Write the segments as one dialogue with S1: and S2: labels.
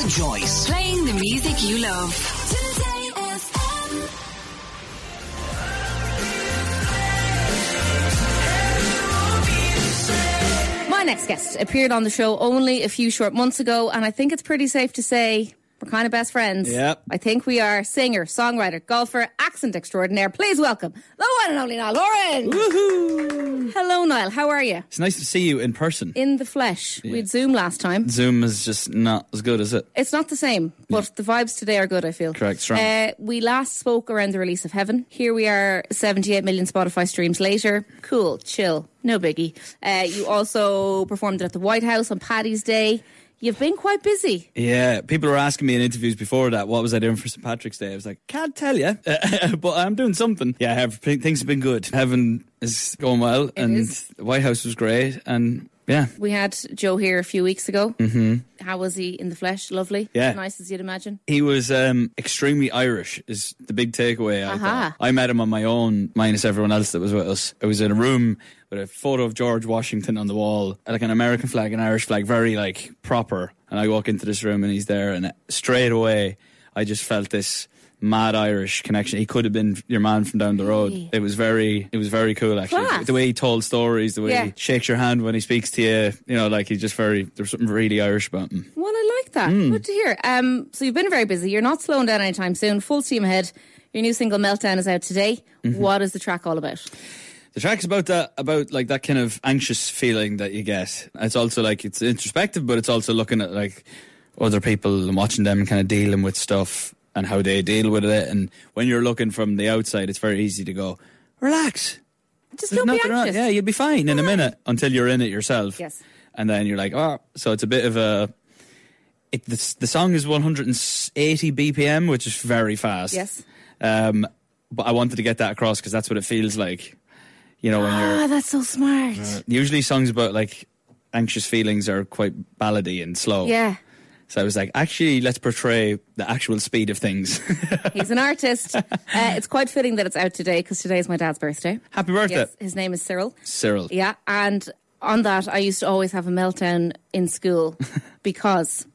S1: and Joyce.
S2: Playing the music you love. Today FM.
S3: My next guest appeared on the show only a few short months ago, and I think it's pretty safe to say we're kind of best friends.
S4: Yep.
S3: I think we are singer, songwriter, golfer, accent extraordinaire. Please welcome the one and only Niall Lauren.
S4: Woohoo!
S3: Hello, Niall. How are you?
S4: It's nice to see you in person.
S3: In the flesh. We had Zoom last time.
S4: Zoom is just not as good, is it?
S3: It's not the same, but the vibes today are good, I feel.
S4: Correct, strong.
S3: Uh, we last spoke around the release of Heaven. Here we are, 78 million Spotify streams later. Cool, chill, no biggie. Uh, you also performed at the White House on Paddy's Day. You've been quite busy.
S4: Yeah, people were asking me in interviews before that, what was I doing for St. Patrick's Day? I was like, can't tell you, but I'm doing something. Yeah, I have, things have been good. Heaven is going well, and
S3: is.
S4: the White House was great, and yeah.
S3: We had Joe here a few weeks ago. Mm-hmm. How was he in the flesh? Lovely.
S4: Yeah.
S3: As nice as you'd imagine.
S4: He was um, extremely Irish, is the big takeaway. I,
S3: Aha.
S4: thought. I met him on my own, minus everyone else that was with us. I was in a room with a photo of George Washington on the wall, like an American flag, an Irish flag, very like proper. And I walk into this room and he's there, and straight away I just felt this mad Irish connection. He could have been your man from down the road. It was very, it was very cool actually.
S3: Class.
S4: The way he told stories, the way
S3: Yeah.
S4: he shakes your hand when he speaks to you, you know, like he's just very. There's something really Irish about him.
S3: Well, I like that.
S4: Mm.
S3: Good to hear. Um, so you've been very busy. You're not slowing down anytime soon. Full steam ahead. Your new single Meltdown is out today.
S4: Mm-hmm.
S3: What is the track all about?
S4: The track's about that, about like that kind of anxious feeling that you get. It's also like it's introspective, but it's also looking at like other people and watching them kind of dealing with stuff and how they deal with it. And when you're looking from the outside, it's very easy to go, relax.
S3: Just
S4: There's
S3: don't be
S4: nothing wrong.
S3: anxious.
S4: Yeah, you'll be fine in a minute until you're in it yourself.
S3: Yes.
S4: And then you're like, oh, so it's a bit of a. It, the, the song is 180 BPM, which is very fast.
S3: Yes.
S4: Um, but I wanted to get that across because that's what it feels like. You know, when you're
S3: Ah, that's so smart.
S4: usually songs about like anxious feelings are quite ballady and slow.
S3: Yeah.
S4: So I was like, actually, let's portray the actual speed of things.
S3: He's an artist. uh, it's quite fitting that it's out today because today is my dad's birthday.
S4: Happy birthday,
S3: Yes, his name is Cyril.
S4: Cyril.
S3: Yeah, and on that, I used to always have a meltdown in school because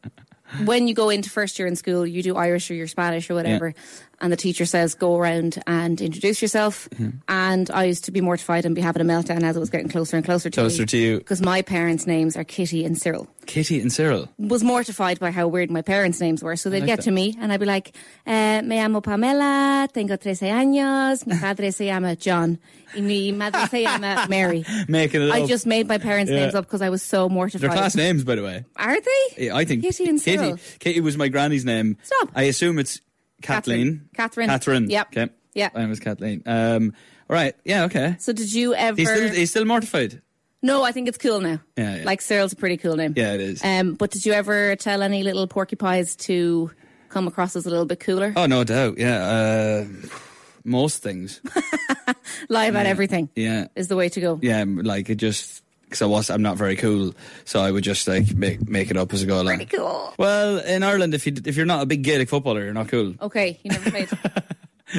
S3: when you go into first year in school, you do Irish or your Spanish or whatever, and the teacher says go around and introduce yourself.
S4: Mm-hmm.
S3: And I used to be mortified and be having a meltdown as it was getting closer and closer to
S4: Closer to you.
S3: because my parents' names are Kitty and Cyril.
S4: Kitty and Cyril.
S3: was mortified by how weird my parents' names were. So they'd
S4: like
S3: get
S4: that.
S3: to me and I'd be like, eh, Me llamo Pamela, tengo 13 años, mi padre se llama John, y mi madre se llama Mary.
S4: Making it
S3: I
S4: up.
S3: just made my parents'
S4: Yeah.
S3: names up because I was so mortified.
S4: They're class names, by the way.
S3: Are they?
S4: Yeah, I think
S3: Kitty and Cyril.
S4: Kitty, Kitty was my granny's name.
S3: Stop.
S4: I assume it's Kathleen.
S3: Catherine.
S4: Catherine.
S3: Yep.
S4: Okay.
S3: Yep.
S4: Mine was Kathleen. Um. All right. Yeah. Okay.
S3: So did you ever?
S4: He's still he's still mortified.
S3: no, I think it's cool now.
S4: Yeah, yeah.
S3: Like Cyril's a pretty cool name.
S4: Yeah, it is.
S3: Um, but did you ever tell any little porcupines to come across as a little bit cooler?
S4: Oh no doubt. Yeah. Uh, most things.
S3: Lie about everything.
S4: Yeah.
S3: Is the way to go.
S4: yeah, m- like it just because I was I'm not very cool, so I would just like make make it up as I go along.
S3: Pretty cool.
S4: Well, in Ireland, if you d- if you're not a big Gaelic footballer, you're not cool.
S3: Okay, you never played.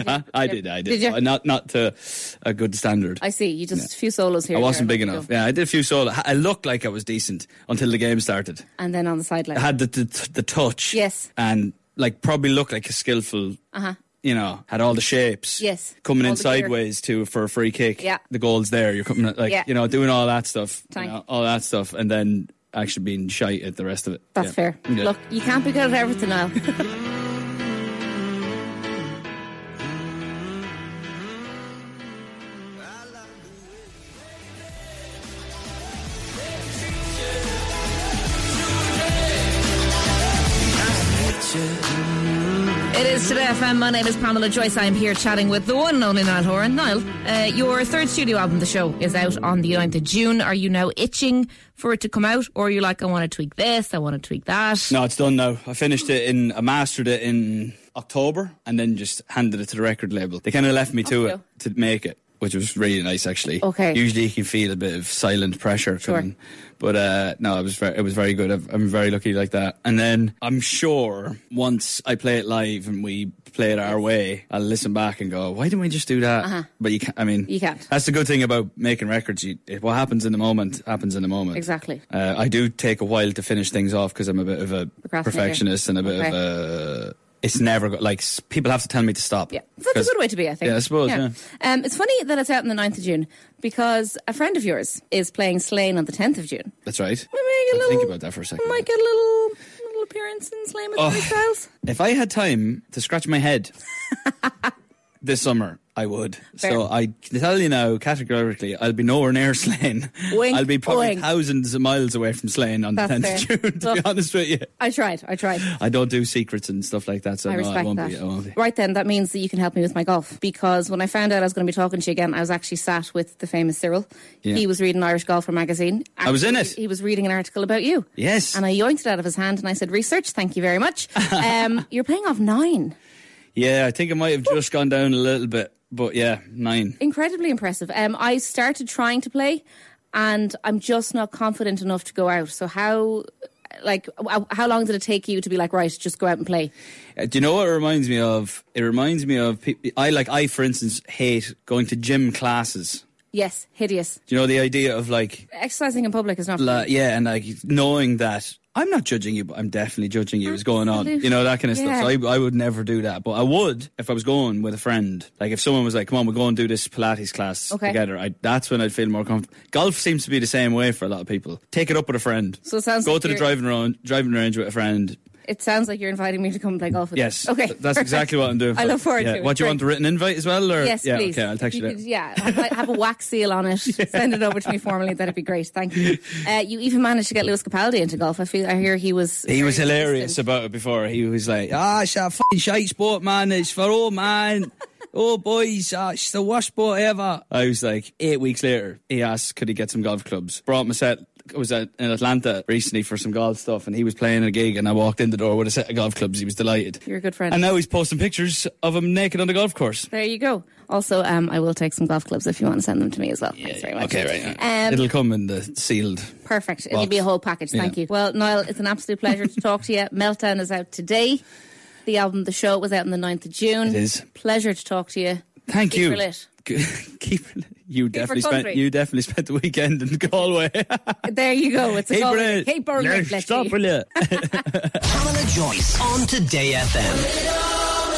S4: Huh? I did, I did,
S3: Did you?
S4: But not not to a good standard. I,
S3: I see. You just a few solos here. and
S4: wasn't
S3: there.
S4: big
S3: There you
S4: enough.
S3: go.
S4: Yeah, I did a few solo. I looked like I was decent until the game started.
S3: And then on the sideline.
S4: I had the the, the touch.
S3: Yes. Uh-huh.
S4: and like probably looked like a skillful. Uh huh. You know, had all the shapes.
S3: Yes.
S4: coming
S3: All
S4: in
S3: the gear.
S4: sideways too for a free kick.
S3: Yeah.
S4: the goal's there. You're coming like
S3: Yeah.
S4: you know doing all that stuff, you
S3: Tank.
S4: know, all that stuff, and then actually being shite at the rest of it.
S3: That's
S4: Yeah.
S3: fair.
S4: Yeah.
S3: Look, you can't be good at everything now. It is today, FM. My name is Pamela Joyce. I'm here chatting with the one and only Niall Horan. Niall, uh, your third studio album, The Show, is out on the 9th of June. Are you now itching for it to come out, or are you like, I want to tweak this, I want to tweak that?
S4: No, it's done now. I finished it in, I mastered it in October and then just handed it to the record label. They kind of left me to
S3: Okay.
S4: it to make it, which was really nice actually.
S3: Oh, Okay.
S4: Usually you can feel a bit of silent pressure coming, but uh, no, it was very, it was very good. I've, I'm very lucky like that. And then I'm sure once I play it live and we play it our way, I'll listen back and go, why didn't we just do that? But you can't, I mean,
S3: Uh-huh. You can't.
S4: That's the good thing about making records. You, it- what happens in the moment happens in the moment.
S3: Exactly.
S4: Uh, I do take a while to finish things off because I'm a bit of a
S3: Procrastinator.
S4: perfectionist and a bit of
S3: Okay.
S4: a. It's never go- like s- people have to tell me to stop.
S3: Yeah, so that's
S4: 'Cause-
S3: a good way to be, I think.
S4: Yeah, I suppose, yeah.
S3: Um, it's funny that it's out on the 9th of June because a friend of yours is playing Slane on the 10th of June.
S4: That's right.
S3: We may get a
S4: Let's
S3: little-
S4: think about that for a second.
S3: Might get a little, little appearance in Slane with
S4: Oh.
S3: Harry Styles.
S4: If I had time to scratch my head this summer, I would. So
S3: Fair.
S4: I can tell you now, categorically, I'll be nowhere near Slane.
S3: Wink,
S4: I'll be probably
S3: wink.
S4: thousands of miles away from Slane on
S3: That's
S4: the 10th
S3: fair.
S4: of June, to
S3: Well-
S4: be honest with you.
S3: I tried, I tried.
S4: I don't do secrets and stuff like that, so
S3: I
S4: no,
S3: respect
S4: I won't
S3: that.
S4: be. I won't be.
S3: Right then, that means that you can help me with my golf because when I found out I was going to be talking to you again, I was actually sat with the famous Cyril.
S4: Yeah.
S3: He was reading Irish Golfer magazine.
S4: I was in
S3: Actually,
S4: it.
S3: He was reading an article about you.
S4: Yes.
S3: And I yoinked it out of his hand and I said, "Research, thank you very much." um, you're paying off nine.
S4: Yeah, I think I might have just gone down a little bit, but yeah, nine.
S3: Incredibly impressive. Um, I started trying to play, and I'm just not confident enough to go out. So how? Like, w- how long did it take you to be like, right, just go out and play?
S4: Uh, Do you know what it reminds me of? It reminds me of peop I like I, for instance, hate going to gym classes.
S3: Yes, hideous.
S4: Do you know the idea of like
S3: Exercising in public is not.
S4: La- yeah, and like knowing that I'm not judging you, but I'm definitely judging you. What's going on?
S3: Absolutely.
S4: You know that kind of
S3: Yeah.
S4: stuff. So I, I would never do that, but I would if I was going with a friend. Like if someone was like, "Come on, we're going to do this Pilates class
S3: Okay.
S4: together," I, that's when I'd feel more comfortable. Golf seems to be the same way for a lot of people. Take it up with a friend.
S3: So it sounds
S4: go
S3: like
S4: to the
S3: you're-
S4: driving range, driving range with a friend.
S3: It sounds like you're inviting me to come and play golf with
S4: Yes,
S3: you. Okay.
S4: Th- that's
S3: perfect.
S4: exactly what I'm doing.
S3: I
S4: for-
S3: look forward
S4: yeah.
S3: to it.
S4: What do you
S3: Great.
S4: want the written invite as well? Or
S3: Yes,
S4: yeah,
S3: please.
S4: okay, I'll text
S3: If
S4: you.
S3: could-
S4: that.
S3: Yeah, have, have a wax seal on it. Send it over to me formally. That'd be great. Thank you. Uh, you even managed to get Lewis Capaldi into golf. I feel. I hear he was.
S4: He
S3: very
S4: was hilarious
S3: resistant.
S4: about it before. He was like, "Ah, it's a fucking shite sport, man. It's for all man. Oh, boys, ah, it's the worst sport ever." I was like, eight weeks later, he asked, "Could he get some golf clubs?" Brought my set. I was at, in Atlanta recently for some golf stuff, and he was playing a gig, and I walked in the door with a set of golf clubs. He was delighted.
S3: You're a good friend.
S4: And now he's posting pictures of him naked on the golf course.
S3: There you go. Also, um, I will take some golf clubs if you want to send them to me as well. Thanks very much.
S4: Okay, right.
S3: Um,
S4: It'll come in the sealed.
S3: Perfect. It'll be a whole package. Thank
S4: Yeah.
S3: you. Well, Niall, it's an absolute pleasure to talk to you. Meltdown is out today. The album The Show was out on the 9th of June.
S4: It is.
S3: Pleasure to talk to you.
S4: Thank
S3: Keep
S4: you.
S3: her lit.
S4: Keep her lit. You definitely spent.
S3: country.
S4: You definitely spent the weekend in Galway.
S3: There you go. It's a call.
S4: Brilliant.
S3: Hey, Bernard.
S4: Let's
S3: Bletchley.
S4: stop, will you?
S1: Pamela Joyce on Today FM.